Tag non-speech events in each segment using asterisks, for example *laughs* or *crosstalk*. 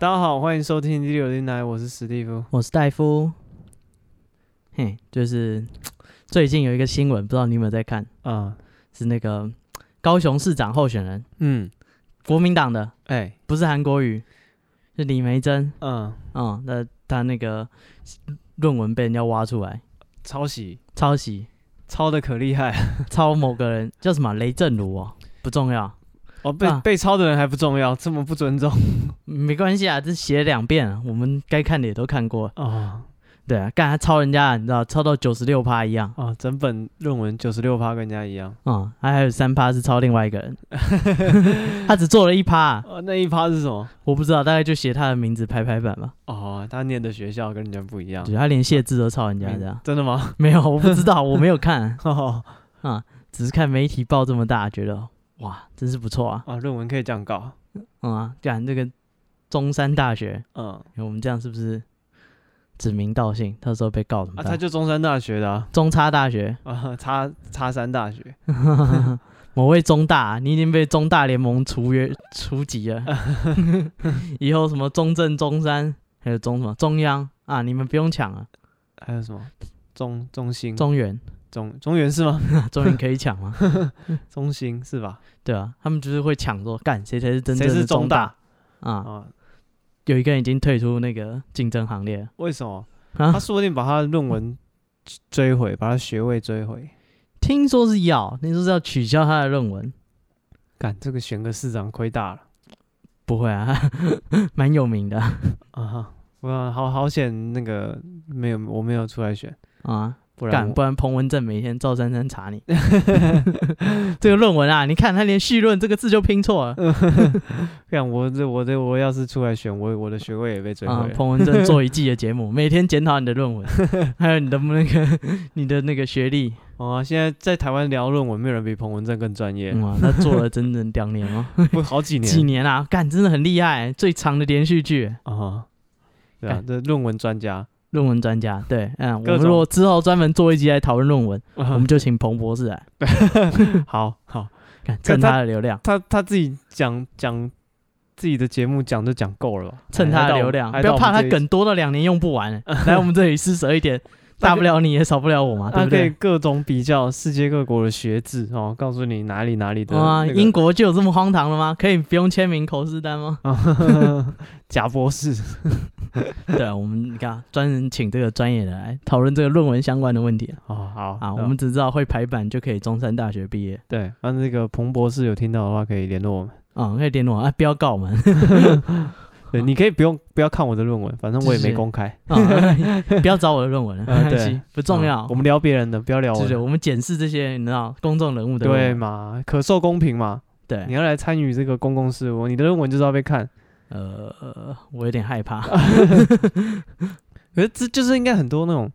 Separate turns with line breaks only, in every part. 好，欢迎收听第六电台，我是史蒂夫。
我是戴夫。嘿，就是最近有一个新闻，不知道你有没有在看？
啊，
是那个高雄市长候选人，
嗯，
国民党的，
哎，
不是韩国瑜，是李梅珍。
嗯，
嗯，那他那个论文被人家挖出来，
抄袭
抄袭， *laughs*
抄的可厉害 *laughs*
抄某个人叫什么雷震如哦，不重要，
哦，被
啊
被抄的人还不重要，这么不尊 *laughs* 重
没关系啊，这写两遍啊，我们该看的也都看过。
啊
对啊，干他抄人家，你知道，抄到九十六趴一样。
啊！整本论文九十六趴跟人家一样，
嗯，他还有三趴是抄另外一个人， *laughs* 他只做了一趴、
啊，那一趴是什么？
我不知道，大概就写他的名字排排版吧。
哦，他念的学校跟人家不一样，
对，他连谢字都抄人家
嗯 *laughs*
这样。
真的吗？
没有，我不知道，我没
*laughs*
有看
哦
啊，只是看媒体报这么大，觉得哇，真是不错啊。
啊，论文可以这样搞，
嗯啊，干这个中山大学，
嗯
我们这样是不是指名道姓？到时候被告怎么
啊，
办？
他就中山大学的啊， *laughs*
中差大学，
啊，叉叉山大学，
*laughs* 某位中大，你已经被中大联盟除约除籍
*laughs*
了。以后什么中正、中山，还有中什么中央啊，你们不用抢了，
还有什么中中心
中原， *laughs*
中中原是吗？
中原可以抢
*laughs*
吗？
中心是吧？
对啊，他们就是会抢说，干谁才是真
谁
正
是
的
中
大
大
啊？
啊？
有一个人已经退出那个竞争行列了
为什么？他
啊，
说不定把他的论文追回，把他学位追回。
听说是要，听说是要取消他的论文，
干，这个选个市长亏大了
不会啊， *laughs* 蛮有名的
啊哈！我好好险，那个没有，我没有出来选，
啊，
不然
干
我
不然彭文正每天赵珊珊查你 *laughs* 这个论文啊，你看他连绪论这个字就拼错
嗯
了
干我这我这我要是出来选，我我的学位也被追
啊
回，了。
彭文正做一季的节目，每天检讨你
*laughs*
的论文，还有你的那个你的那个学历，
哦啊，现在在台湾聊论文，没有人比彭文正更专业，
嗯啊，他做了整整两年哦。
不 *laughs* 好几
*laughs* 几
年
年啊，干真的很厉害，最长的连续剧，
啊哈。对啊，
干
这论文专家，
论文专家。对，嗯，我
各
们
种嗯
如果之后专门做一集来讨论论文，我们就请彭博士来，
*laughs* 好好，
看
干
蹭
他
他的流量，
他他自己讲讲自己的节目讲就讲够了吧，哎
蹭他的流量，不要怕他
梗。
梗多到两年用不完， *laughs* 来我们这里施舍一点，大不了你也少不了我嘛，啊对
它
不
可以
对？
各种比较世界各国的学制哦，告诉你哪里哪里的、
哇，
呃那个、？
英国就有这么荒唐的吗？可以不用签名口试单吗
*laughs* 啊，贾博士
对啊，我们你看啊，专门请这个专业的来讨论这个论文相关的问题
哦，好
啊。
那
我们只知道会排版就可以中山大学毕业
对，那那个彭博士有听到的话可以联络我们，
啊，可以联络啊，不要告我们。
*laughs* 对，你可以不用不要看我的论文，反正我也
是
没
是
公开，
啊，不要找我的
*laughs*
论文了，
嗯
没关
对
系，不重要。
啊我们聊别人的，不要聊我
就
的
是我们检视这些，你知道公众人物的
对
论文
嘛，可受公平嘛，你
对，
要来参与这个公共事务，你的论文就是要被看，
呃，我有点害怕。
可是这就是应该很多那种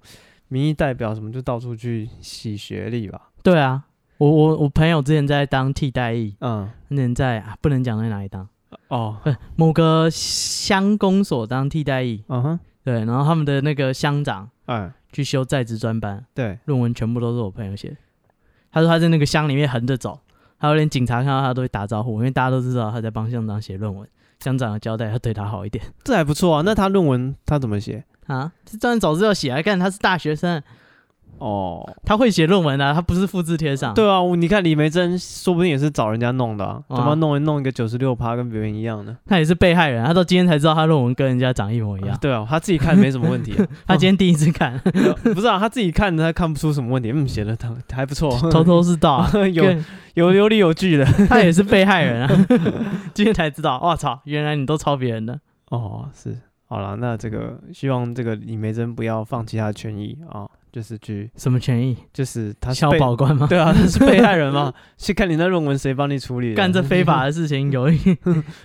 民意代表什么就到处去洗学历吧，
对啊，我我我朋友之前在当替代役，
嗯，
之前在啊不能讲在哪里当， *laughs*
哦，
某个乡公所当替代役，
嗯哼，
对，然后他们的那个乡长
哎，
去修在职专班，
对，
论文全部都是我朋友写的。他说他在那个乡里面横着走，还有连警察看到他都会打招呼，因为大家都知道他在帮乡长写论文，乡长有交代要对他好一点。
这还不错啊，那他论文他怎么写？
啊，这当然早知道写啊，干他是大学生，
哦，
他会写论文啊，他不是复制贴上。
对啊，我你看李梅珍，说不定也是找人家弄的、啊，
啊
他妈弄一弄一个九十六趴，跟别人一样的。
他也是被害人，他到今天才知道他论文跟人家长一模一样。
对啊，他自己看没什么问题、
*laughs*
啊，
他今天第一次看，
*laughs* 不是啊，他自己看他看不出什么问题，嗯，写的他还不错，
*laughs*
*laughs*
头头是道、啊，
有
跟 *laughs*
有有理有据的。
他也是被害人
*laughs*
啊。 *laughs* 今天才知道，我操，原来你都抄别人的。
哦，是，好了，那这个希望这个李梅珍不要放弃她的权益啊，就是去，
什么权益？
就是他是
小
被
保官
*laughs*
吗？
对啊，他是被害人嘛， *laughs* 去看你那论文谁帮你处理的，
干这非法的事
*laughs*
情，有一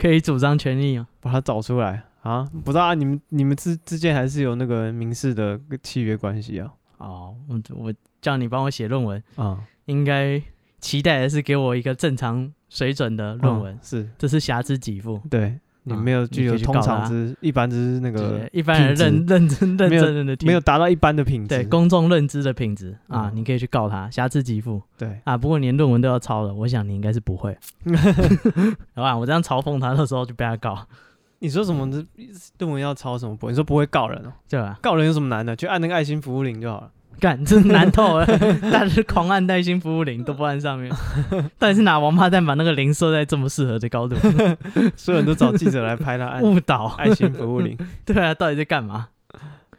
可以主张权利啊。
把他找出来啊！不知道、啊、你们你们之之间还是有那个民事的契约关系啊
哦，我我叫你帮我写论文，
啊。
应该期待的是给我一个正常水准的论文，
嗯是
这是瑕疵给付。
对你
啊
没有
你
具
可
有
以去
通
告
常
他
之一般之那个
对一般人认认真认
没有
真人的
没有达到一般的品质，
对公众认知的品质啊，
嗯
你可以去告他瑕疵给付
对
啊。不过连论文都
*laughs*
要抄了，我想你应该是不会，好吧？我这样嘲讽他的时候就被他告
你说什么？
嗯
这论文要抄什么不会？你说不会告人哦？
对吧？
告人有什么难的？去按那个爱心服务铃就好
*laughs*
了。
干，这难透了， *laughs* 但是狂按带薪服务铃都不按上面，到底是哪王八蛋把那个铃设在这么适合的高度，
所有人都找记者来拍他按
*laughs* 误导？
爱心服务铃。
对啊，到底在干嘛？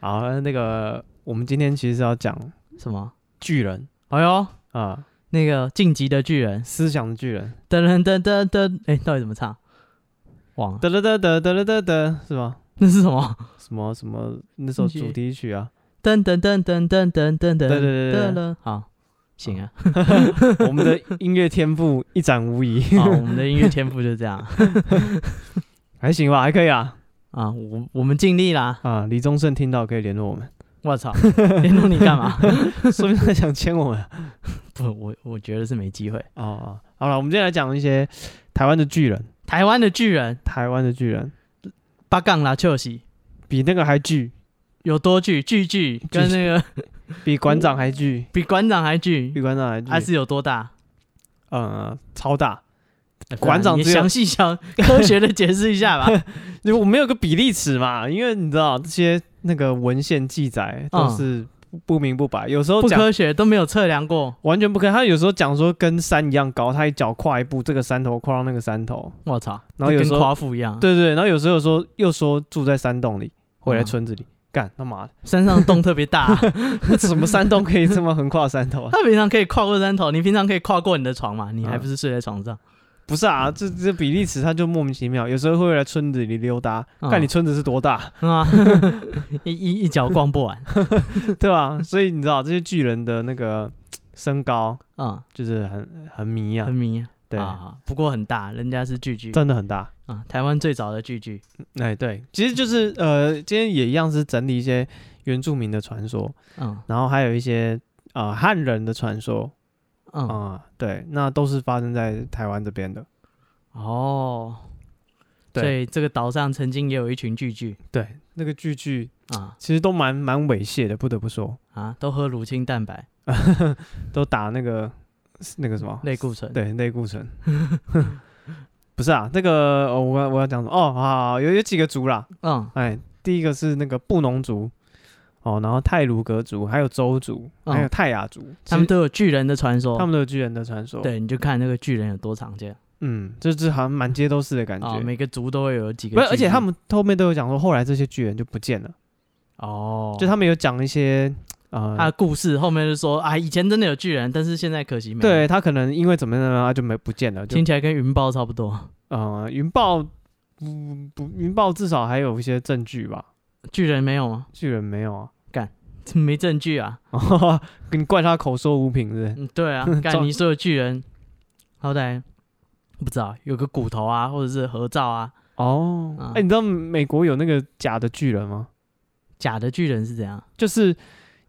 好，那那个我们今天其实是要讲
什么？
巨人
哎呦，
啊、
那个晋级的巨人，
思想的巨人，
噔噔噔噔噔，哎，到底怎么唱？忘了，
得得得得得得得得，是吧？
那是什么？
什么什么那首主题曲啊？
噔噔噔噔噔噔噔
对对
噔
对对
噔
对
噔，好，行啊，
*laughs* 我们的音乐天赋一展无遗，
好，我们的音乐天赋就这样
*laughs* 还行吧，还可以啊。
啊，我我们尽力啦。
啊，李宗盛听到可以联络我们， *laughs*
我操，联络你干嘛？ *laughs*
说不定他想签我们。 *laughs*
不，我我觉得是没机会。
哦哦，好了，我们今天来讲一些台湾的巨人，
台湾的巨人
台湾的巨人
八杠啦，丘西
比那个还巨，
有多巨，巨巨跟那
*laughs*
个
比馆长还巨，
比馆长还
比
巨，
馆长还巨，
还啊是有多大？
呃超大。 *laughs* 馆长
啊你
只有
详
*laughs*
细详科学的解释一下吧。
因为我们有个比例尺嘛，因为你知道这些那个文献记载都
嗯
是不不明不白，有时候
不
讲
科学都没有测量过。
完全不可以。他有时候讲说跟山一样高，他一脚跨一步，这个山头跨到那个山头，
我操，
然后有
跟
时候
夸父一样，
对对。然后有时候说又说住在山洞里，回来
嗯
村子里，干他妈的， *laughs*
山上洞特别大，
那什么山洞可以这么横跨山
*laughs*
头啊？
他平常可以跨过山头，你平常可以跨过你的床嘛？你还
嗯
不是睡在床上？
不是啊，这这比例尺他就莫名其妙，有时候会来村子里溜达，
嗯
看你村子是多大， *laughs*
啊， *laughs* 一一一脚逛不完。
对吧？所以你知道这些巨人的那个身高
嗯，
就是很很迷啊
很，迷啊
对，
啊，不过很大，人家是巨巨
真的很大。
啊，台湾最早的巨巨。
哎，对，其实就是呃，今天也一样是整理一些原住民的传说，
嗯
然后还有一些呃汉人的传说啊、
嗯，
对，那都是发生在台湾这边的。
哦，
对
所以这个岛上曾经也有一群巨巨
对，那个句句
啊
其实都蛮蛮猥亵的，不得不说，
啊，都喝乳清蛋白、
都打那个那个什么，
类固醇。
对，类固
*laughs*
醇。不是啊，那个、哦、我要我要讲什么？哦，好好好有有几个族啦，
嗯
哎，第一个是那个布农族，哦，然后泰鲁格族，还有周族，还有
嗯
泰雅族，
他们都有巨人的传说。
他们都有巨人的传说。，
对，你就看那个巨人有多常见
嗯，就是好像满街都是的感觉。
啊，每个族都会有几个
不
巨
是，
人。
而且他们后面都有讲说，后来这些巨人就不见了，
哦，
就他们有讲一些
他
呃
的，故事后面就说啊，以前真的有巨人，但是现在可惜没有。
对，他可能因为怎么样呢，他就没不见了。就
听起来跟云豹差不多。
呃，云豹不不，云豹至少还有一些证据吧，
巨人没有吗？
巨人没有啊。 *laughs*
没证据啊。
你怪他口说无凭是不是？
嗯，对啊，
照
*laughs* 干你说的巨人，好歹不知道有个骨头啊，或者是合照啊，
哦，哎、
啊
你知道美国有那个假的巨人吗？
假的巨人是怎样？
就是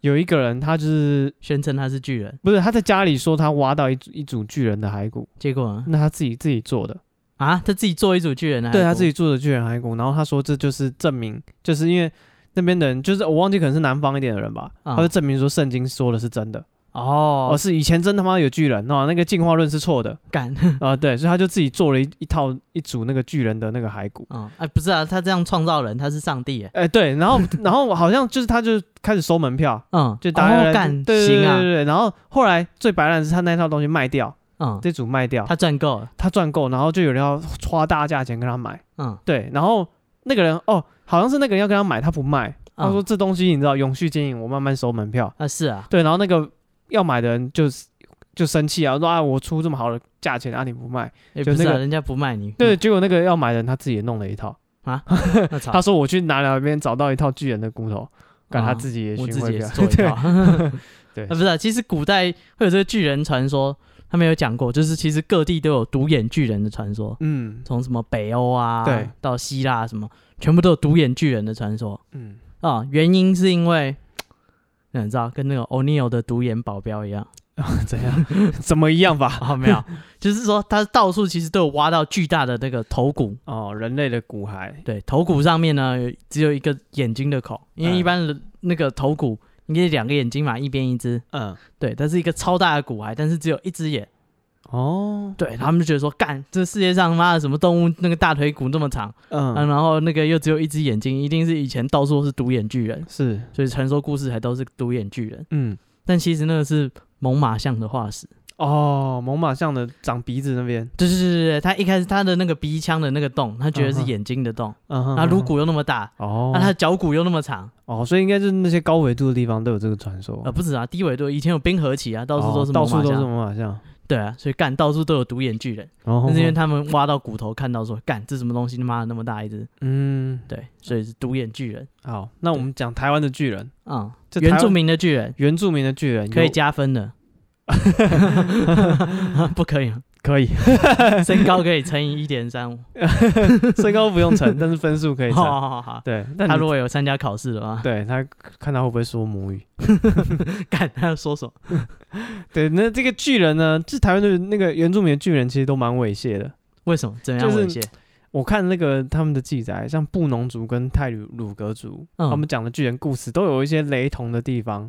有一个人，他就是
宣称他是巨人，
不是他在家里说他挖到一组一组巨人的骸骨，
结果呢
那他自己自己做的。
啊，他自己做一组巨人啊，
对他自己住的巨人骸骨，然后他说这就是证明，就是因为那边的人，就是我忘记可能是南方一点的人吧，
啊
他就证明说圣经说的是真的，
哦
哦，，是以前真他妈有巨人，哦，那个进化论是错的
干 *laughs*
啊、对，所以他就自己做了一一套一组那个巨人的那个骸骨，
啊，哎，不是啊，他这样创造人，他是上帝耶，
哎、对，然后然后好像就是他就开始收门票，
嗯，
就大家
哦
来、
干
对对对对
行啊，
对，然后后来最白烂的是他那套东西卖掉，
嗯，
这组卖掉，
他赚够了，
他赚够，然后就有人要花大价钱跟他买，
嗯，
对，然后那个人哦，好像是那个人要跟他买，他不卖，他
嗯
说这东西你知道永续经营，我慢慢收门票。
啊是啊，
对，然后那个要买的人就是就生气啊，说啊我出这么好的价钱啊你不卖，
也
就
不是
那
啊，
个
人家不卖你，
对，结果那个要买的人他自己也弄了一套，
啊，我操
他，说我去南寮那边找到一套巨人的骨头，但他
啊
自己也
我
询
自
问
己
一
也
下
是做一套，
*laughs*
*laughs*
对
啊不是啊，其实古代会有这个巨人传说，他们有讲过，就是其实各地都有独眼巨人的传说，
嗯
从什么北欧啊，
对，
到希腊什么，全部都有独眼巨人的传说
嗯， *laughs*
啊。原因是因为，嗯你知道，跟那个 O'Neill 的独眼保镖一样
怎样怎么一样吧？
啊，没有，就是说他到处其实都有挖到巨大的那个头骨，
*laughs* 哦，人类的骨骸，
对，头骨上面呢有只有一个眼睛的口，因为
嗯
一般人那个头骨应该是两个眼睛嘛，一边一只，
嗯，
对，它是一个超大的骨骸，但是只有一只眼，
哦，
对他们就觉得说，干这世界上妈的什么动物那个大腿骨那么长，啊、
嗯，
然后那个又只有一只眼睛，一定是以前到处都是独眼巨人，
是，
所以传说故事还都是独眼巨人。
嗯，
但其实那个是猛犸象的化石。
哦，猛犸象的长鼻子那边，
对对对对对，他一开始他的那个鼻腔的那个洞，他觉得是
嗯哼
眼睛的洞，
嗯哼，
那
嗯
颅
哼，
骨又那么大，啊
哦，
那他的脚骨又那么长，
哦，所以应该就是那些高纬度的地方都有这个传说，
呃，不止啊，低纬度以前有冰河期啊，到处
哦
都是
到
猛
处
犸
都是
象，
猛犸象，
对啊，所以干到处都有独眼巨人，
哦，
那是因为
哼
他们挖到骨头看到说，干这什么东西他妈的那么大一只，
嗯，
对，所以是独眼巨人，
好，那我们讲台湾的巨人，
啊、
这台
原
湾
住民的巨人
原住民的巨人
可以
有
加分
*laughs*
的，不可以啊，
可以， *laughs*
身高可以乘以一点三五，
身高不用
*laughs*
乘，但是分数可以
好
乘，
好好好，
对，但
哦他
你
如果有参加考试的话，
*laughs* 对他看他会不会说母语。
*laughs* 干他要说什么？
对，那这个巨人呢，这台湾的那个原住民的巨人其实都蛮猥亵的。
为什么？怎样
就是
猥亵？
我看那个他们的记载，像布农族跟泰鲁鲁格族，
嗯
他们讲的巨人故事都有一些雷同的地方，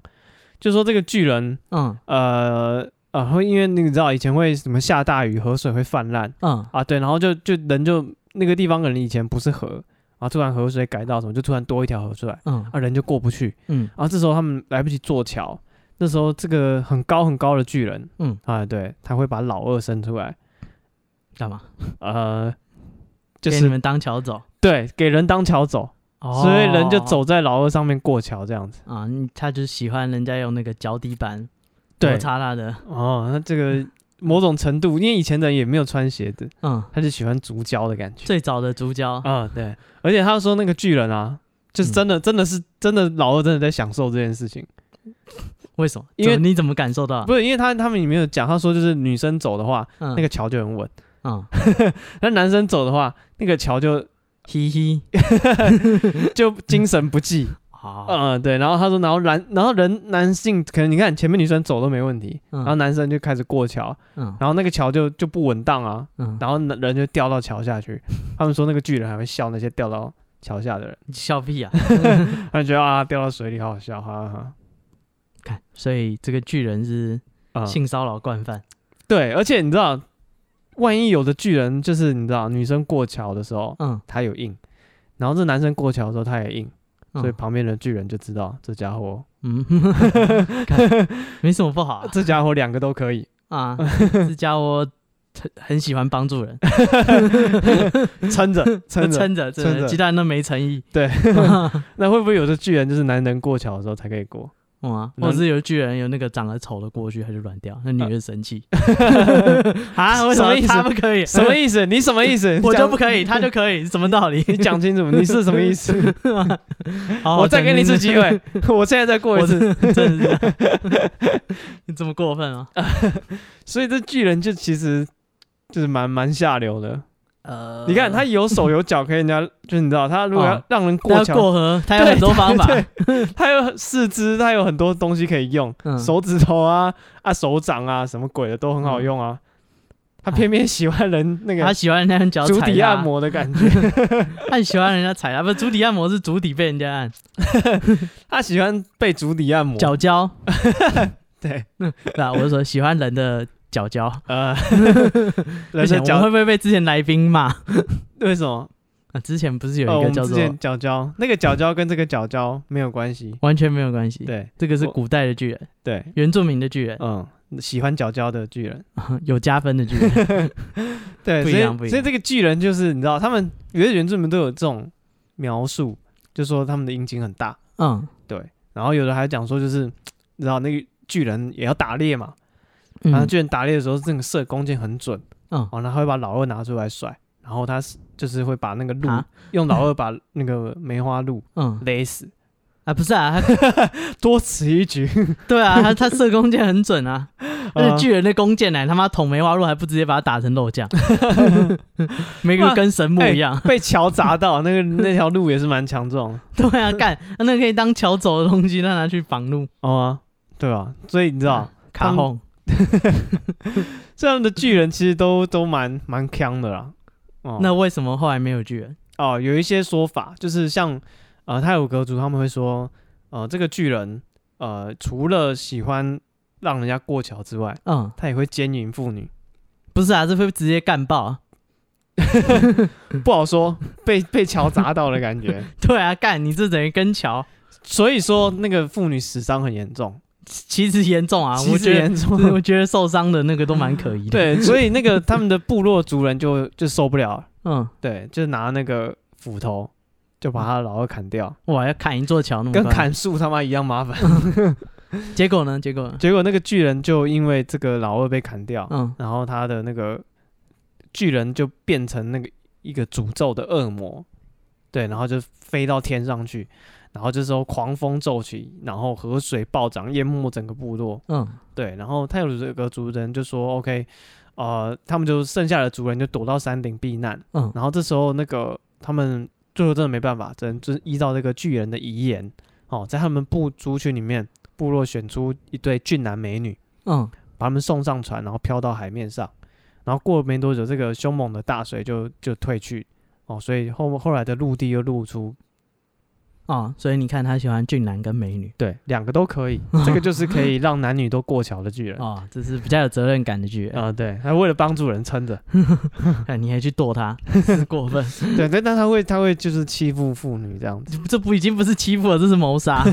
就说这个巨人，
嗯
呃呃，会因为那个你知道以前会什么下大雨，河水会泛滥
嗯
啊，对，然后就就人就那个地方可能以前不是河，啊，突然河水改道什么，就突然多一条河出来，
嗯
啊，人就过不去，啊
嗯
然后这时候他们来不及做桥，那时候这个很高很高的巨人，
嗯
啊，对，他会把老二生出来，
干嘛？
呃，就
给你
是
们当桥走，
对，给人当桥走，
哦
所以人就走在老二上面过桥这样子。
啊，你他就是喜欢人家用那个脚底板
对
摩，擦他的，
哦，那这个某种程度，因为以前的人也没有穿鞋子，
嗯，
他就喜欢足胶的感觉。
最早的主角，
啊、对，而且他说那个巨人啊，就是真的，真的是真的老二真的在享受这件事情，
为什么？
因为
怎么你怎么感受到？
不是因为他他们里面有讲，他说就是女生走的话，
那
那个桥就很稳。
嗯，
那男生走的话，那个桥就
嘻嘻，
就精神不济，
好，
*laughs* 嗯，对。然后他说，然后男，然后人男性可能你看前面女生走都没问题，
嗯
然后男生就开始过桥，
嗯
然后那个桥就就不稳当啊，
嗯，
然后人就掉到桥下去。他们说那个巨人还会笑那些掉到桥下的人，
你笑屁啊！
他们觉得啊掉到水里好好笑，哈哈哈。
看，所以这个巨人是
啊、
性骚扰惯犯，
对，而且你知道，万一有的巨人就是你知道女生过桥的时候
嗯，
他有硬，然后这男生过桥的时候他也硬，
嗯
所 *laughs* 以旁边的巨人就知道这家伙
嗯，看没什么不好啊
这家伙两个都可
*laughs*
以，
啊，啊这家伙很很喜欢帮助人，
撑着 *laughs* 撑着。
撑着，真
撑着
的鸡蛋都没诚意，
对
哇，
那会不会有的巨人就是男人过桥的时候才可以过？
*laughs* 或者是有巨人有嗯啊那个长得丑的过去，他就软掉，那女的生气， *laughs*
*laughs*
啊，为什
什么
么
意思
他不可以？
什么意思？你什么意思？
*laughs* 我就
讲
不可以，他就可以，什么道理？
你讲清楚，你是什么意思？
*laughs* 好
我再给你一次机，
真
会，我现在再过一
我
次。
真的真的是这样，你这么过分啊？
所以这巨人就其实就是蛮蛮下流的。
呃
你看他有手有脚，可以人家就是你知道，他如果要
哦
让人
他
过
要
桥，
过河，他有
对
很多方法，
对，他有四肢，他有很多东西可以用，
嗯嗯
手指头啊、啊手掌啊，什么鬼的都很好用啊。他偏偏喜欢人那
他
个
喜欢人家用脚
足
踩
底
他
按，摩的感觉，
*laughs* 他很喜欢人家踩他，不是足底按摩是足底被人家按，
他喜欢被足底按摩。
脚胶， *laughs*
对，
对啊，我是说喜欢人的脚胶。
呃，
不
人的
行，我们
脚
会不会被之前来宾骂？
为什么？
啊，之前不是
呃，我
有一个
们
叫
之
做
前角胶，那个角胶跟这个角胶没有关系。
完全没有关系，
对
这个是
我
古代的巨人，
对，
原住民的巨人，嗯
嗯，喜欢角胶的巨人，
有加分的巨
*laughs*
人。
对，
不
所
一样不
以
一
所以
样
这个巨人就是你知道，他们有些原住民都有这种描述，就说他们的阴茎很大，
嗯
对，然后有的还讲说就是，你知道那个巨人也要打猎嘛，然后
嗯
巨人打猎的时候，这个射弓箭很准，
嗯
哦，然后会把老二拿出来甩，然后他是就是会把那个鹿、
啊
用老二把那个梅花鹿
嗯
勒死，
*laughs* 啊，不是啊，他 *laughs*
多此一举，
对啊，他他射弓箭很准
*laughs*
啊，那
啊
个巨人的弓箭呢，他妈捅梅花鹿还不直接把它打成
*laughs*
肉酱，每个跟神木一样。
*laughs* 被桥砸到，那个那条路也是蛮强壮的，
*laughs* 对啊，干那可以当桥走的东西，让他去绑路，
哦、啊，对吧？所以你知道，
卡
他们
轰。
这样的巨人其实都都蛮蛮强的啦。哦，
那为什么后来没有巨人？
哦，有一些说法就是像呃泰鲁格族他们会说，呃这个巨人呃除了喜欢让人家过桥之外，
嗯，
他也会奸淫妇女。
不是啊，这会直接干爆啊。 *laughs* 嗯
不好说，被被桥砸到的感
*laughs*
觉。
对啊，干你这等于跟桥，
所以说那个妇女死伤很严重，
其实严重啊。
其
我
实
觉得
严
*laughs* 对
重。
我觉得受伤的那个都蛮可疑的。，
对，所以那个他们的部落族人就就受不了了，
嗯，
对，就拿那个斧头就把他老二砍掉，
哇，要砍一座桥那么
跟
烦。
砍树他妈一样麻烦。 *laughs*
结果呢？结果呢
结果那个巨人就因为这个老二被砍掉，
嗯，
然后他的那个巨人就变成那个一个诅咒的恶魔，对，然后就飞到天上去，然后这时候狂风骤起，然后河水暴涨，淹没整个部落，
嗯，
对，然后泰鲁这个族人就说 OK，呃，他们就剩下的族人就躲到山顶避难，
嗯
然后这时候那个他们最后真的没办法，只能就是依照这个巨人的遗言，哦，在他们部族群里面部落选出一对俊男美女。
嗯，
把他们送上船，然后漂到海面上。然后过了没多久，这个凶猛的大水就就退去哦，所以后后来的陆地又露出，
哦，所以你看他喜欢俊男跟美女
对，两个都可
*laughs*
以，这个就是可以让男女都过桥的巨人啊、啊
哦，这是比较有责任感的剧。人。
对，他为了帮助人撑
*laughs*
着，
看你还去剁他， *laughs* 是过分。
对，但但他会他会就是欺负妇女这
*laughs*
样子，
这不已经不是欺负了，这是谋杀。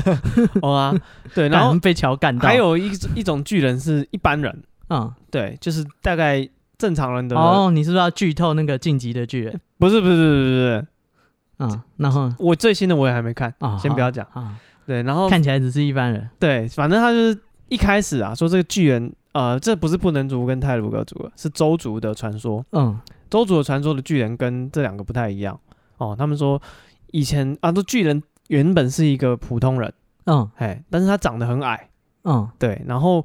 哦啊，对， *laughs* 然
然后
后
被桥干到，
还有一一种巨人是一般人，
嗯，
对，就是大概正常人的，
哦，你是不是要剧透那个晋级的巨人？
不是不是不是不是，
嗯，然后
我最新的我也还没看，
啊，
先不要讲，
啊，
对，然后
看起来只是一般人。
对，反正他就是一开始啊，说这个巨人，呃，这不是不能族跟泰鲁格族了，是周族的传说。
嗯
周族的传说的巨人跟这两个不太一样哦。他们说以前啊，这巨人原本是一个普通人，
嗯
哎，但是他长得很矮，
嗯
对，然后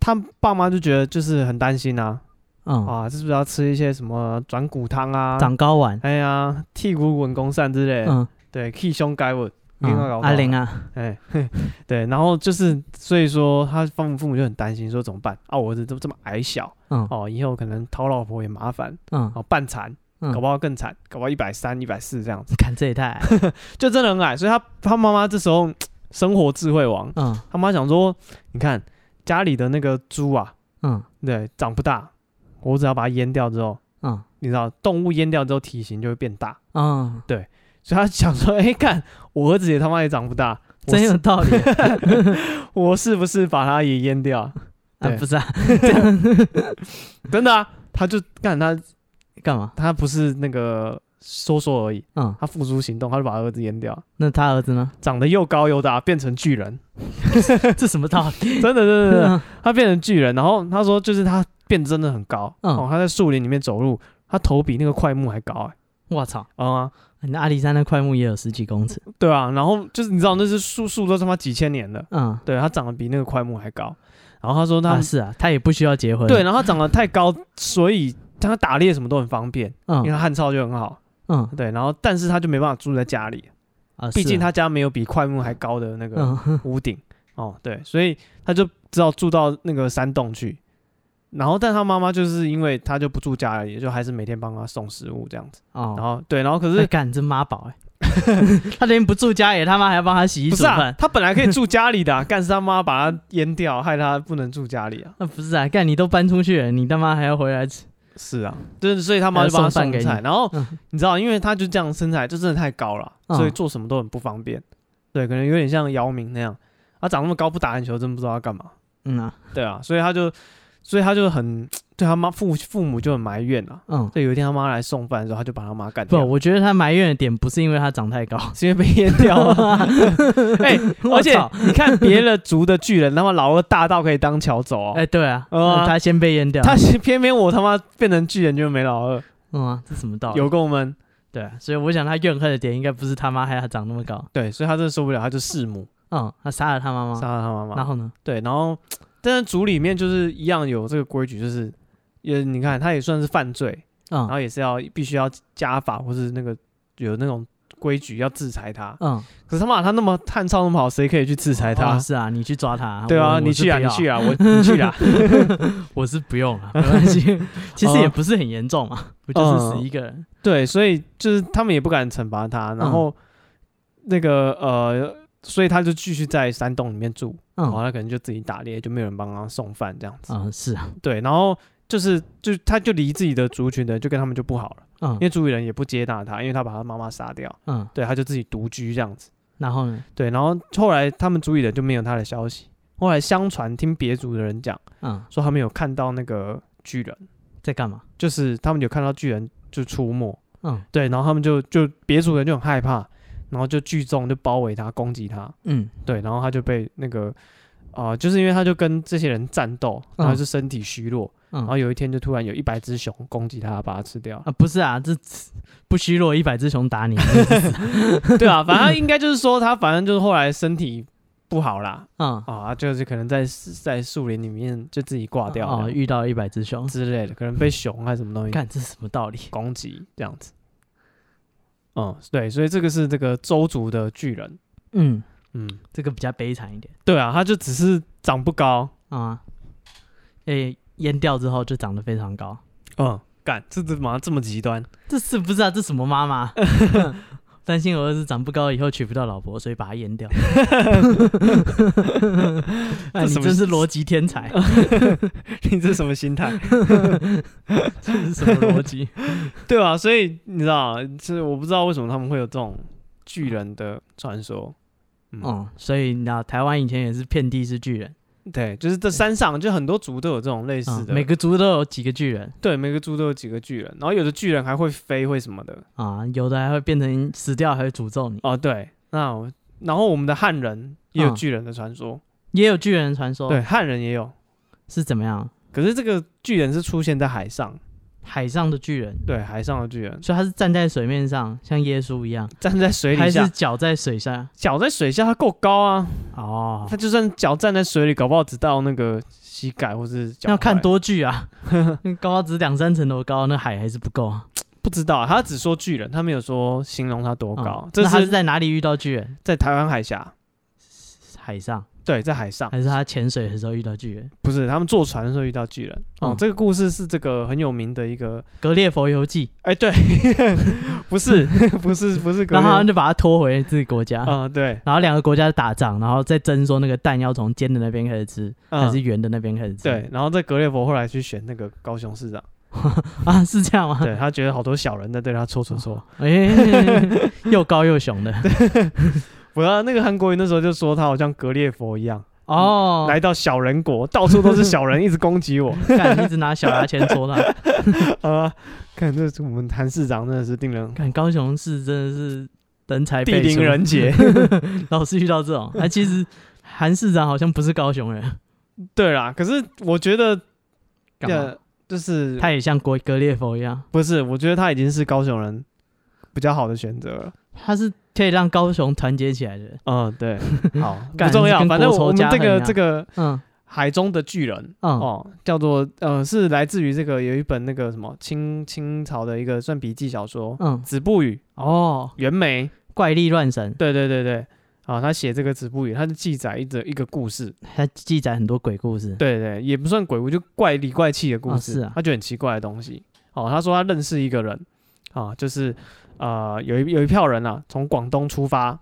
他爸妈就觉得就是很担心啊，
嗯，
啊，是不是要吃一些什么转骨汤啊？
长睾丸。
哎呀，剔骨滚功散之类的，
嗯，
对，替胸改稳，另外搞
嗯
法
阿玲啊，
哎， *laughs* 嘿对，然后就是，所以说他父母父母就很担心，说怎么办啊？我儿子都这么矮小
嗯
哦，以后可能讨老婆也麻烦
嗯，
哦，半残，
嗯
搞不好更惨，搞不好一百三、一百四这样子，
看这也太矮。
就真的很矮。所以他他妈妈这时候生活智慧王，
嗯
他妈想说，你看家里的那个猪啊，
嗯
对，长不大，我只要把它阉掉之后，
嗯
你知道动物阉掉之后体型就会变大，
嗯，
所以他想说，哎，看我儿子也他妈也长不大，我
真有
是
道理。 *laughs*
我是不是把它也阉掉？
啊
对，
不是啊，
真的啊，他就干他，
干嘛？
他不是那个说说而已，
嗯，
他付诸行动，他就把儿子阉掉，
那他儿子
*laughs*
呢？
长得又高又大，变成巨
*laughs*
人，
这什么道 *laughs* 理？
真的真的真
嗯啊
的，他变成巨人，然后他说就是他变得真的很高，
嗯
哦，他在树林里面走路，他头比那个快木还高、哎，
我操！
嗯啊，
那阿里山的块木也有十几公尺。
对啊，然后就是你知道那是树树都他妈几千年了，
嗯，
对他长得比那个快木还高，然后他说他、
啊是啊，他也不需要结婚。
对，，然后他长得太高，所以他打猎什么都很方便，因为
嗯
他汉操就很好，
嗯
对，然后但是他就没办法住在家里。
啊，
毕
是
竟
啊
他家没有比快木还高的那个
嗯
屋顶、哦，对，所以他就只好住到那个山洞去。然后，但他妈妈就是因为他就不住家了，也就还是每天帮他送食物这样子。然
哦，
后，对，然
*laughs*
后可
哎
是
干这妈宝
*laughs*
哎，他连不住家也他妈还要帮他洗衣
不
煮
是啊？
饭。
他本来可以住家里的、啊，但是他妈把他阉掉，害他不能住家里
*laughs*
啊。
啊，不是啊，干你都搬出去了，你他妈还要回来吃？
是啊，对，所以他妈就帮他
还要送饭
送
给你
菜。然后
嗯
你知道，因为他就这样身材就真的太高了，
嗯
所以做什么都很不方便。对，可能有点像姚明那样，他长那么高不打篮球，真不知道要干嘛。
嗯啊，
对啊，所以他就，所以他就很对他妈父父母就很埋怨啊。
嗯，
所以有一天他妈来送饭的时候，他就把他妈干
不，
掉，
我觉得他埋怨的点不是因为他长太
*laughs*
高，
是因为被阉掉
*laughs*
了。哎、
我
而且
操
你看别的族的巨人，他妈老二大到可以当桥走哦，
哎，对啊，
嗯啊
嗯他先被淹掉，
他是偏偏我他妈变成巨人就没老二，
嗯啊，这什么道理？
有够闷。
对啊，所以我想他怨恨的点应该不是他妈害他长那么高，
对，所以他真的受不了，他就弑母
嗯，他杀了他妈妈，
杀了他妈
然
妈。
后呢？
对，然后但是族里面就是一样有这个规矩，就是也你看他也算是犯罪，然
嗯
后也是要必须要加法或是那个有那种规矩要制裁他。
嗯，
可是他妈他那么探照那么好，谁可以去制裁他？
哦是啊，你去抓他，
对
我
啊，你去啊，你，
我是不
去
要
啊，我 *laughs* 你去
*laughs*
啊。
我是不用了，啊
*laughs*
没关系，其
哦
实也不是很严重嘛，不
嗯
就是死一个人？
对，所以就是他们也不敢惩罚
嗯
他，然后、那个呃，所以他就继续在山洞里面住，然后
嗯
他可能就自己打猎，就没有人帮他送饭这样子。
嗯，是啊，
对，然后就是就他就离自己的族群的人就跟他们就不好了，
嗯
因为主语人也不接纳他，因为他把他妈妈杀掉，
嗯，
对，他就自己独居这样子。
然后呢，
对，然后后来他们主语人就没有他的消息。后来相传听别族的人讲
嗯，
说，他们有看到那个巨人，
在干嘛？
就是他们有看到巨人就出没，
嗯
对，然后他们就就别族人就很害怕，然后就聚众就包围他攻击他，
嗯
对，然后他就被那个啊、呃就是因为他就跟这些人战斗，然后就身体虚弱，
嗯
然后有一天就突然有一百只熊攻击他，把他吃
*laughs*
掉。
啊，不是啊，这不虚弱，一百只
*laughs*
熊打你，
对啊，反正应该就是说他反正就是后来身体不好啦，
嗯，
啊，就是可能在在树林里面就自己挂掉
哦，
了
遇到一百只熊，
之类的，可能被熊还是什么东西
看这是什么道理？
攻击这样子。嗯，对，所以这个是这个周族的巨人。
嗯，
嗯，
这个比较悲惨一点
对啊，他就只是长不高。
啊，诶，淹掉之后就长得非常高，
嗯，干，这怎么这么极端？
这是不知道这什么妈妈？担心我儿子长不高以后娶不到老婆，所以把他阉掉。
这
哎，你
什么
真是逻辑天才，
你这什么心 *laughs* 态？
这是什么逻辑？
对啊，所以你知道，就是我不知道为什么他们会有这种巨人的传说。嗯，
*laughs* 嗯，所以你知道台湾以前也是遍地是巨人，
对，就是这山上就很多族都有这种类似
嗯
的，
每个族都有几个巨人
啊对每个族都有几个巨人，然后有的巨人还会飞，会什么的。
啊，有的还会变成死掉还会诅咒你，
哦，对，那我然后我们的汉人也有
嗯
巨人的传说，
也有巨人传说，
对，，汉人也有，
是怎么样？
可是这个巨人是出现在海
嗯
上，
海上的巨人，
对，海上的巨人
所以他是站在水面上，像耶稣一样，
站在水
还
里
是
下，
脚在水下？
脚在水下，它够高啊，
哦，
它就算脚站在水里，搞不好只到那个膝盖或是脚踝。
要看多巨
*laughs*
啊，那高到只两三层楼高，那海还是不够啊。
不知道啊，他只说巨人，他没有说形容他多高
嗯。
这
那他是
是
在哪里遇到巨人？
在台湾海峡，
海上，
对，在海上，
还是他潜水的时候遇到巨人？
不是他们坐船的时候遇到巨人。哦
嗯，
这个故事是这个很有名的一个，
《格列佛游记
哎，对， *laughs* 不是， *laughs* 不是，不是》，格
然后他
列
们就把他拖回自己
*laughs*
国家，
啊，对，
然后两个国家打仗，然后再争说那个蛋要从尖的那边开始吃，还是
嗯，
圆的那边开始吃。
对，然后在格列佛后来去选那个高雄市长，
*laughs* 啊，是这
*laughs*
样吗？
对他觉得好多小人在对他戳戳戳。
哎， *laughs* 又高又熊
*laughs*
的
嗯我要那个韩国瑜那时候就说他好像格列佛一样，
哦，
来到小人国， *laughs* 到处都是小人，一直攻击 *laughs* 我。
干一直拿小牙签戳他。
啊，看这是我们韩市长真的是令
*laughs*
人
看高雄市真的是人才
地
辈
灵
出，
人杰。
*laughs* 老是遇到这种。哎、其实韩市长好像不是高雄人，
对啦，可是我觉得，
干嘛
呃就是
他也像国格列佛一样，
不是，我觉得他已经是高雄人比较好的选择了。
他是可以让高雄团结起来的人。
嗯， *laughs* 对，好，不
干
重要，
跟
反正
国仇
我们
家
这
恨
个
一样
这个
嗯
海中的巨人。
嗯、
哦，叫做呃，是来自于这个有一本那个什么清清朝的一个算笔记小说《
嗯，
子不语》
哦，
袁枚，
怪力乱神，
对对对对，啊，他写这个《子不语》，他就记载一则一个故事，
他记载很多鬼故事。
对对，也不算鬼屋，就怪里怪气的故
啊
事，
是啊
他觉得很奇怪的东西。哦，他说他认识一个人，啊，就是呃，有一有一票人啊，从广东出发，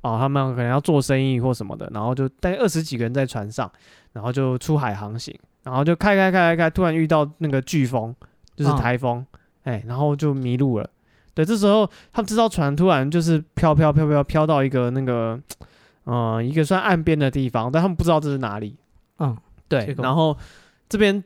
啊，他们可能要做生意或什么的，然后就大概二十几个人在船上，然后就出海航行，然后就开开开开开，突然遇到那个飓风，就是
啊
台风，哎、然后就迷路了。对，这时候他们这艘船突然就是飘飘飘飘飘到一个那个，嗯、一个算岸边的地方，但他们不知道这是哪里。
嗯，结
对，
果
然后这边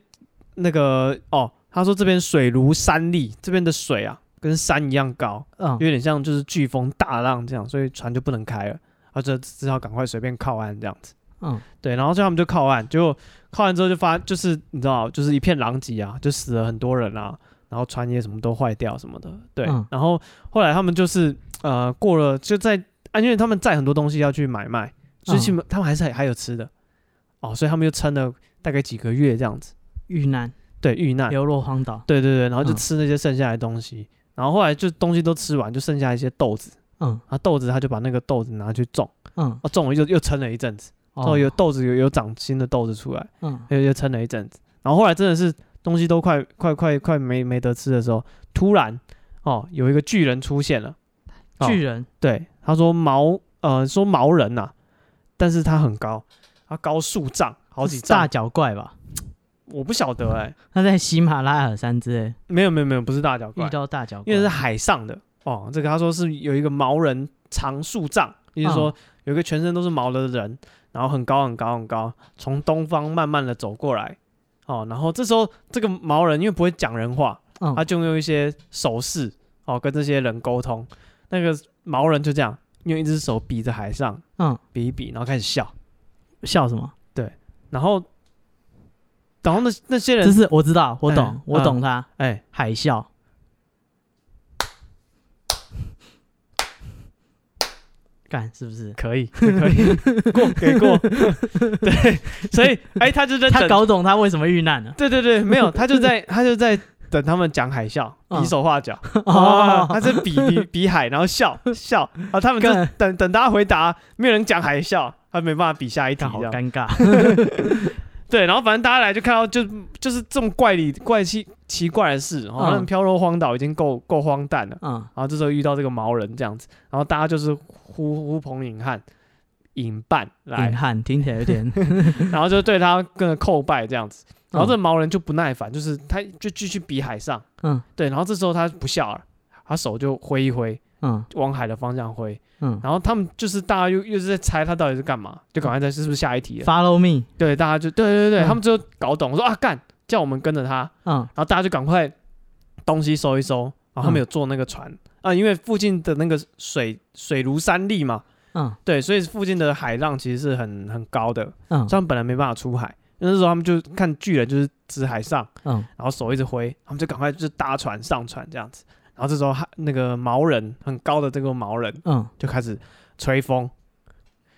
那个哦，他说这边水如山厉，这边的水啊跟山一样高，
嗯
有点像就是飓风大浪这样，所以船就不能开了，啊他就只好赶快随便靠岸这样子。
嗯，
对，然后就他们就靠岸，结果靠岸之后就发，就是你知道，就是一片狼藉啊，就死了很多人啊，然后船也什么都坏掉什么的。对，
嗯
然后后来他们就是呃过了，就在啊，因为他们载很多东西要去买卖，所以
嗯
他们他们还是还有吃的哦，所以他们就撑了大概几个月这样子，
遇难
对，遇难，
流落荒岛。
对对对，然后就
嗯
吃那些剩下来的东西，然后后来就东西都吃完，就剩下一些豆子，
嗯
啊豆子他就把那个豆子拿去种，
嗯，
啊种了又又撑了一阵子，
哦
后有豆子有有长新的豆子出来。
嗯
又又撑了一阵子，然后后来真的是东西都快快快快没没得吃的时候，突然哦有一个巨人出现了，哦
巨人
对他说毛呃说毛人呐、但是他很高，他高数丈好几
大
丈，
脚怪吧？
我不晓得哎、
那在喜马拉雅山之类
没有没有没有，不是大脚怪
遇，到大脚怪，
因为是海上的哦。这个他说是有一个毛人长树杖，也就是
嗯
说有一个全身都是毛的人，然后很高很高很高，从东方慢慢的走过来。哦，然后这时候这个毛人因为不会讲人话，
嗯
他就用一些手势哦跟这些人沟通。那个毛人就这样用一只手比着海上，
嗯
比一比，然后开始笑。
笑什么？
然后，然后那那些
这
人
是我知道，我懂
嗯，
我懂他
哎
海啸。 *laughs* 干是不是？
可以这可以过给
*laughs*
过，对，所以哎他就在
他
等
搞懂他为什么遇难了。
*laughs* 对对对，没有，他就在 *laughs* 他就在等他们讲海啸，
嗯
比手画脚，啊
哦，
他在比比比海，然后笑笑，啊，他们就
干
等等大家回答，没有人讲海啸，他没办法比下一题
干好
这样。
尴
*laughs*
尬。
对，然后反正大家来就看到就就是这种怪里怪气奇怪的事，然后
嗯
他们飘落荒岛已经够够荒诞了，
嗯，
然后这时候遇到这个毛人这样子，然后大家就是呼呼朋引伴引伴来
隐，汉听起来有
*laughs*
点，嗯
然后就对他跟着叩拜这样子，然后这毛人就不耐烦，就是他就继续比海上。
嗯
对，然后这时候他不笑了，他手就挥一挥，
嗯
往海的方向挥。
嗯
然后他们就是大家又又是在猜他到底是干嘛，就赶快在是不是下一题了？
，Follow me。
对，大家就对对对，
嗯
他们就搞懂说啊干，叫我们跟着他，
嗯
然后大家就赶快东西收一收，然后他们有坐那个船、啊，因为附近的那个水水如山力嘛，
嗯
对，所以附近的海浪其实是很很高的，
嗯
所以他们本来没办法出海。那时候他们就看巨人就是指海上，
嗯
然后手一直挥，他们就赶快就搭船上船这样子。然后这时候他那个毛人很高的这个毛人
嗯，
就开始吹风，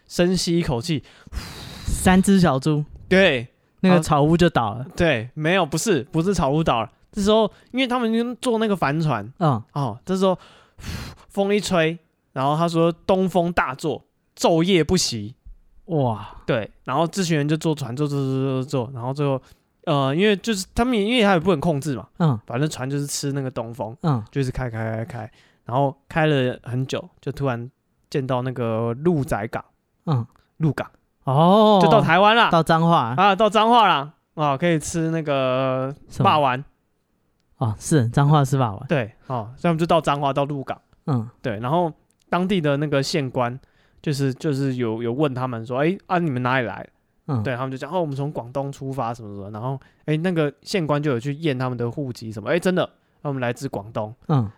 深吸一口气，
三只小猪，
对
那个
好
草屋就倒了。
对，没有不是不是草屋岛了。这时候因为他们已经坐那个帆船
嗯
哦，这时候风一吹，然后他说东风大作，昼夜不息，
哇，
对，然后这群人就坐船坐坐坐坐坐，然后最后呃，因为就是他们也因为他也不能控制嘛，
嗯
反正船就是吃那个东风。
嗯
就是开开开开，然后开了很久，就突然见到那个鹿仔港，
嗯，
鹿港
哦，
就到台湾啦，
到彰化
啊，到彰化啦，啊，可以吃那个
什
霸
么？
丸，
哦，是彰化是霸王。
对，哦，所以我们就到彰化到鹿港，
嗯
对，然后当地的那个县官。就是就是有有问他们说，哎、啊你们哪里来？
嗯，
对他们就讲，哦我们从广东出发什么什么，然后哎、那个县官就有去验他们的户籍什么，哎、真的，那我们来自广东，
嗯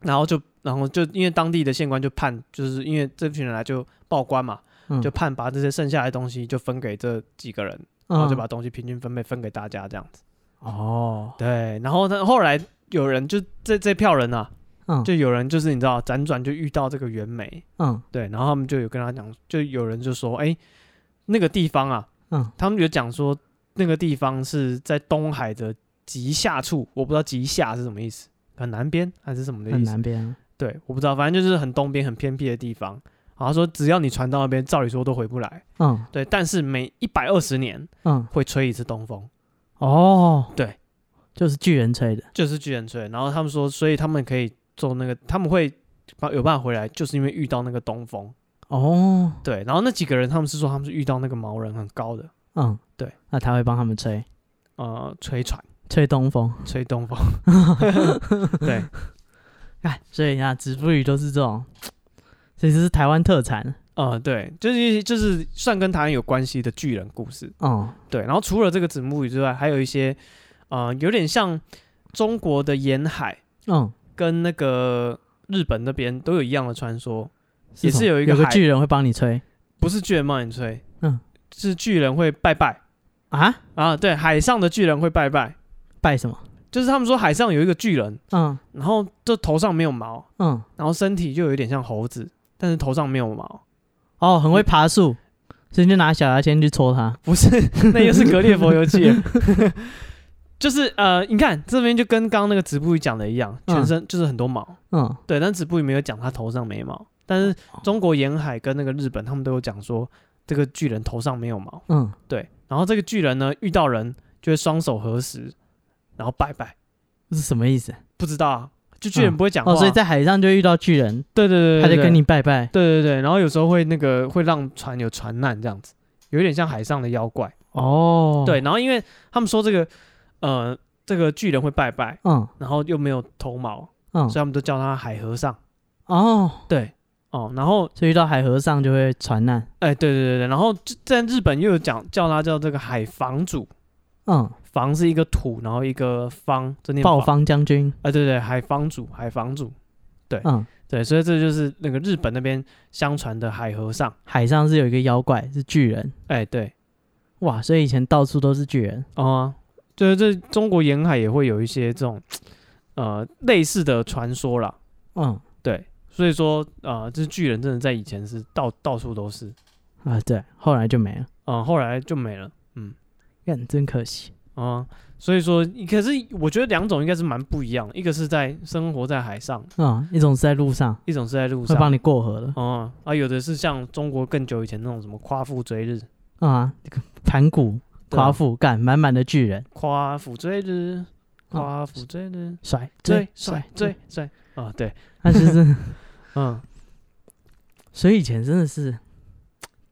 然后就然后就因为当地的县官就判，就是因为这群人来就报官嘛，
嗯，
就判把这些剩下来的东西就分给这几个人，然
嗯
哦后就把东西平均分配分给大家这样子。
哦，
对，然后呢，后来有人就这这票人啊，
嗯
就有人就是你知道辗转就遇到这个袁枚，
嗯
对，然后他们就有跟他讲，就有人就说，哎，那个地方啊，
嗯
他们有讲说那个地方是在东海的极下处，我不知道极下是什么意思，很南边还是什么的
很
意思？
南边。啊
对，我不知道，反正就是很东边很偏僻的地方。然后他说只要你船到那边，照理说都回不来。
嗯
对，但是每一百二十年
嗯，
会吹一次东风，
哦，
对，
就是巨人吹的。
就是巨人吹。然后他们说，所以他们可以做那个，他们会把有办法回来，就是因为遇到那个东风。
哦，
对，然后那几个人他们是说他们是遇到那个毛人很高的，
嗯，
对，
那他会帮他们吹
呃，吹船
吹东风。
吹东风。对，
哎，所以啊，子不语都是这种，其实是台湾特产。
呃，对，就是就是算跟台湾有关系的巨人故事。
嗯
对，然后除了这个子母语之外，还有一些，呃，有点像中国的沿海
嗯，
跟那个日本那边都有一样的传说，也
什
是
么
有一个
有个
海
巨人会帮你吹
不是巨人冒险吹，
嗯，
是巨人会拜拜
啊？
啊，对，海上的巨人会拜拜，
拜什么？
就是他们说海上有一个巨人，
嗯
然后这头上没有毛，
嗯，
然后身体就有一点像猴子，但是头上没有毛，
哦，很会爬树，所以你就拿小牙签去戳它。
不是， *laughs* 那又是格列佛游
*laughs*
记了。就是呃，你看这边就跟刚刚那个子不语讲的一样，全
嗯
身就是很多毛，
嗯
对，但子不语没有讲他头上没毛，但是
哦
中国沿海跟那个日本他们都有讲说这个巨人头上没有毛，
嗯，
对，然后这个巨人呢遇到人就会双手合十，然后拜拜，
这是什么意思？
不知道啊，就巨人
嗯
不会讲话啊、
哦，所以在海上就遇到巨人，
对对对
他就跟。
对
你
对
拜拜。
对对对，然后有时候会那个会让船有船难这样子，有一点像海上的妖怪。
哦，
对，，然后因为他们说这个呃这个巨人会拜拜，
嗯
然后又没有头毛，
嗯
所以，他们都叫他海和尚。
哦，
对，哦，然后
所以遇到海和尚就会传难，
哎，对对对对，然后这在日本又有讲叫他叫这个海房主，
嗯，
房是一个土，然后一个方，这念
暴
房，
方将军，
哎，对对，海房主，海房主，
嗯，
对，所以这就是那个日本那边相传的海和尚。
海上是有一个妖怪是巨人，
哎，对，
哇，所以以前到处都是巨人，
哦、就是这中国沿海也会有一些这种呃类似的传说啦。
嗯
对，所以说啊、呃，这巨人真的在以前是到到处都是，
啊，对，后来就没了，
嗯、后来就没了，
看真可惜，
啊、所以说，可是我觉得两种应该是蛮不一样的，一个是在生活在海上，
嗯，一种是在路上
一种是在路
会
上，
帮你过河的，嗯
哦、啊，有的是像中国更久以前那种什么夸父追日，
嗯啊，这个盘古
对啊
夸父干满满的巨人，
夸父追日，
嗯
夸父追日，
帅
追帅追，追，啊，对，
*laughs* 那就是，
嗯，
所以以前真的是。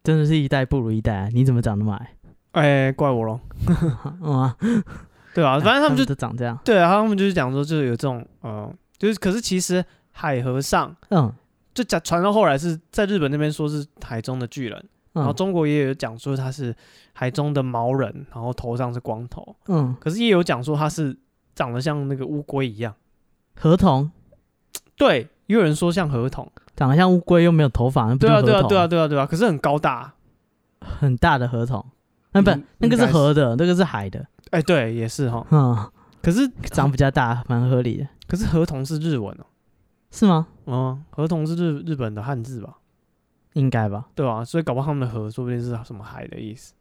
真的是一代不如一代啊！你怎么长那么矮？
*laughs*
*laughs*
哎、怪我咯，
嗯啊，
对吧、反正他们就
都长这样。
对啊，他们就是讲说，就是有这种，呃，就是可是其实海和尚。
嗯，
就讲传到后来是在日本那边说是台中的巨人，然后
嗯
中国也有讲说他是台中的毛人，然后头上是光头，
嗯，
可是也有讲说他是长得像那个乌龟一样，
合同
对，也有人说像河童，
长得像乌龟又没有头发，那不
对
就
啊
合
对啊
同
对啊，对啊对啊，可是很高大，
很大的合同。那不
应，
那个
应该
是
是
河的，那个是海的，
哎对，也是哈， *laughs*
嗯，
可是
长比较大，蛮合理的，
可是河童是日文哦，
是吗？
嗯，河童是日日本的汉字吧，
应该吧？
对啊，所以搞不好他们的河说不定是什么海的意思，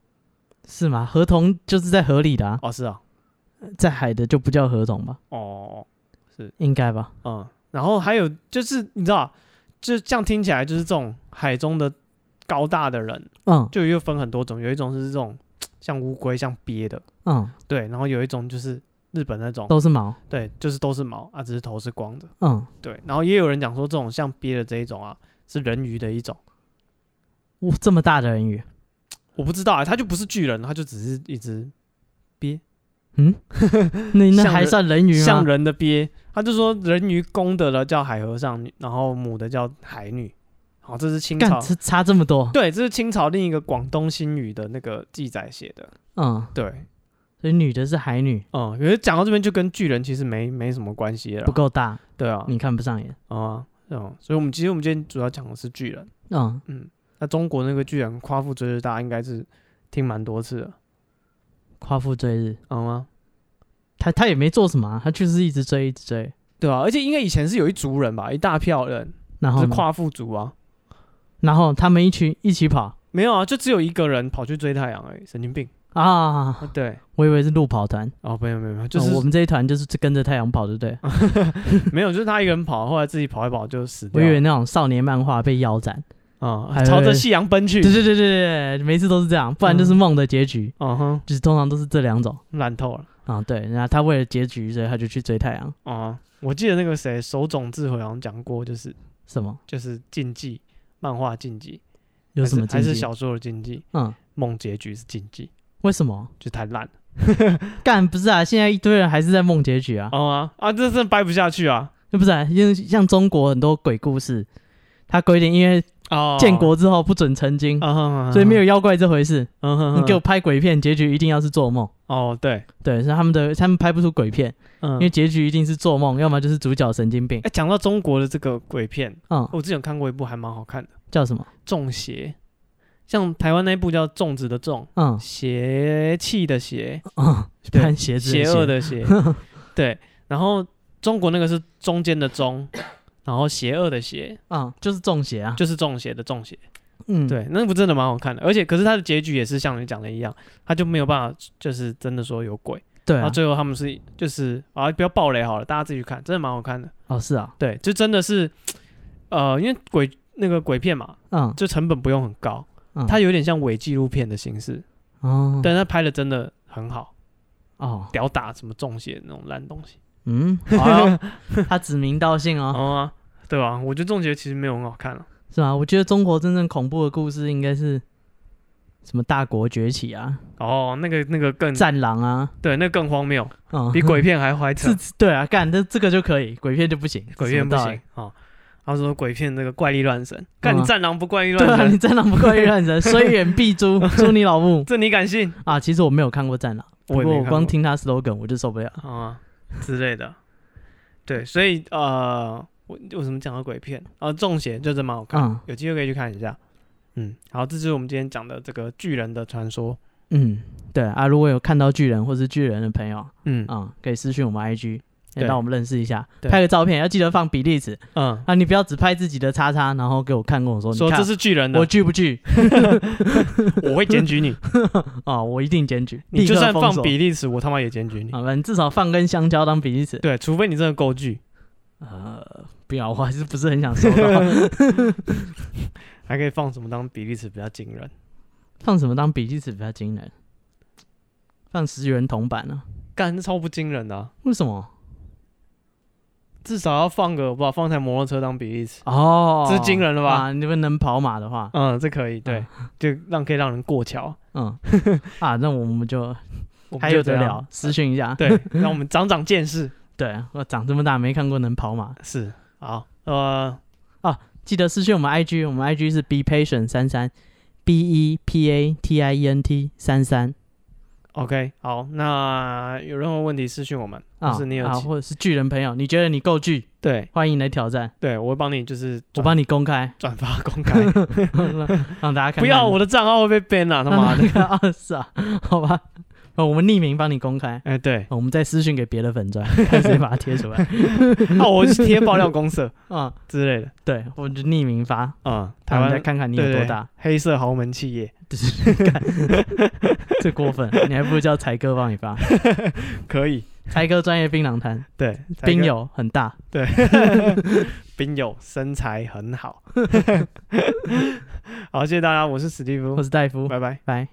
是吗？合同就是在河里的、啊，
哦是啊，
在海的就不叫合同吧？
哦，
应该吧？
嗯，然后还有就是你知道，就这样听起来就是这种海中的高大的人，
嗯
就又分很多种，有一种是这种像乌龟像鳖的，
嗯，
对，然后有一种就是日本那种，
都是毛。
对，就是都是毛啊，只是头是光的，
嗯，
对，然后也有人讲说这种像鳖的这一种啊是人鱼的一种，
哇，这么大的人鱼，
我不知道啊、它就不是巨人，它就只是一只
那那
像
还
人
算人鱼吗？
像人的鳖，他就说人鱼公的了叫海和尚，然后母的叫海女，好，这是清朝
干，这差这么多。
*laughs* 对，这是清朝另一个广东新语的那个记载写的。
嗯，
对，
所以女的是海女，
嗯，可是讲到这边就跟巨人其实没没什么关系了啦。
不够大，
对啊，
你看不上眼。
嗯啊，嗯，所以我们其实我们今天主要讲的是巨人。
嗯，
嗯，那中国那个巨人夸父追日，大家应该是听蛮多次的，
夸父追日，
嗯吗？
他他也没做什么、啊，他就是一直追，一直追。
对啊，而且应该以前是有一族人吧，一大票人，
然后
是
呢
夸父族啊。
然后他们一群一起跑
没有啊，就只有一个人跑去追太阳而已，神经病
啊！
啊！对，
我以为是路跑团，
哦，没有没有没有，就
啊
是、啊
我们这一团就是跟着太阳跑，对不对？
*laughs* 没有，就是他一个人跑，后来自己跑一跑就死
我
掉
以为
了，
那种少年漫画被腰斩，
啊、
还
朝
会
着夕阳奔去
对，对对对对，每次都是这样，不然就是梦的结局，
嗯哼，
就是通常都是这两种
烂透了。
啊。对，然后他为了结局，所以他就去追太阳。
啊、我记得那个谁手冢治辉好像讲过，就是
什么？
就是禁忌，漫画禁忌，
有什么
还是
禁
还是
忌？
小说的禁忌，
嗯，
梦结局是禁忌，
为什么？
就太烂了。
干不是啊，现在一堆人还是在梦结局啊，
哦啊啊，这真的掰不下去啊！
那不是、啊、因为像中国很多鬼故事，他规定因为
哦，
建国之后不准成精，
啊嗯哼，哼
所以没有，妖怪这回事。
哼哼
你给我拍鬼片，结局一定要是做梦。
哦，对，
对，是他们的，他们拍不出鬼片，
嗯，因
因为结局一定是做梦，要么就是主角神经病。
哎，讲到中国的这个鬼片，
嗯，
我之前有看过一部还蛮好看的，《
叫什么？
中邪》，像台湾那一部叫《粽子的粽》，
嗯
邪气的邪，
嗯， *laughs*
对
穿鞋子，
邪恶，的邪，
*laughs*
对。然后中国那个是中间的中，然后邪恶的邪，
嗯，就是中邪啊。
就是中邪的中邪。
嗯，，
对，那部真的蛮好看的，而且可是它的结局也是像你讲的一样，他就没有办法，就是真的说有鬼。
对
然
啊
后，最后他们是就是啊，不要暴雷好了，大家自己去看，真的蛮好看的。
哦是啊，
对，就真的是，呃，因为鬼那个鬼片嘛，
嗯，
就成本不用很高，
嗯
它有点像伪纪录片的形式，
哦，
但是它拍的真的很好，
哦，
屌打什么中邪那种烂东西。 *laughs*
嗯，好
啊
哟，他指名道姓哦，
哦啊，对吧、啊我觉得《中邪》其实没有很好看了、
是吧？我觉得中国真正恐怖的故事应该是什么大国崛起啊、
哦，那个那个更
战狼啊，
对，那个更荒
*laughs*
谬，
嗯，
比鬼片还坏扯
是，，对啊，干这这个就可以，鬼片就不行，
鬼片不
什么道理
行。哦。他说鬼片那个怪力乱神，干你
嗯
战狼不怪力
对啊，
乱
你
神，
战狼不怪力乱神，虽远
*laughs*
必诛，诛你老母
这你敢信？
啊！其实我没有看过战狼，不
我也
过
没
我
看
光
过
听他 slogan 我就受不了。
啊之类的。对，所以呃，我我怎么讲到鬼片啊？中邪就真蛮好看，
嗯
有机会可以去看一下。嗯，好，这就是我们今天讲的这个巨人的传说。
嗯，对啊，如果有看到巨人或是巨人的朋友
嗯
啊、可以私讯我们 IG，
对
也让我们认识一下，
对
拍个照片，要记得放比例尺
嗯，
啊！你不要只拍自己的叉叉，然后给我看，跟我说，
说
你看
这是巨人的，
我
我
拒不拒
我会检举你，
啊、我一定检举，
你就
*laughs* 立刻
算
封
放
锁
比例尺，我他妈也检举你。
啊，反正至少放根香蕉当比例尺。
对，除非你真的够巨，
呃，不要，我还是不是很想收到。 *laughs*
还可以放什么当比例尺比较惊人。
放什么当比例尺比较惊人？放十元铜板啊？
干，这超不惊人的啊、
为什么？
至少要放个，把放台摩托车当比例尺。
哦，
这是惊人了吧
啊，你们能跑马的话，
嗯，这可以，对，就让可以让人过桥。
嗯 *laughs* 啊，那我们就
我们
还
就
有
这
得
样
聊，私讯一下。
对，让我们长长见识。 *laughs*
对，我长这么大没看过能跑马，
是，好，呃，
记得私讯我们 IG，我们 IG 是 be patient 三三 b e p a t i e n t 三三
OK，好，那有任何问题私讯我们，
啊，
或是你有
啊，
其
或者是巨人朋友，你觉得你够巨，
对
欢迎来挑战，
对，我会帮你就是
我
转
帮你公
*laughs*
开，
转发公
*laughs*
开，
让大家看看。
不要我的账号会被 ban 啊，他妈
*laughs*
的，
的啊，是啊，好吧，啊我们匿名帮你公开。
哎对，
我们再私讯给别的粉砖，看谁把它贴出来。
那啊我去贴爆料公社
啊，
之类的，
对，我们就匿名发， *laughs*
啊，台
台湾再
湾
看看你有
对
多
对
大， *laughs*
黑色豪门企业
最过分，你还不如叫才哥帮你发。
可以，
才哥专业槟榔摊，
对，才
冰
哥
友很大，
对，冰友身材 *laughs* 很好，好，谢谢大家，我是史蒂夫
我，是戴夫，
*laughs* 拜拜。
拜。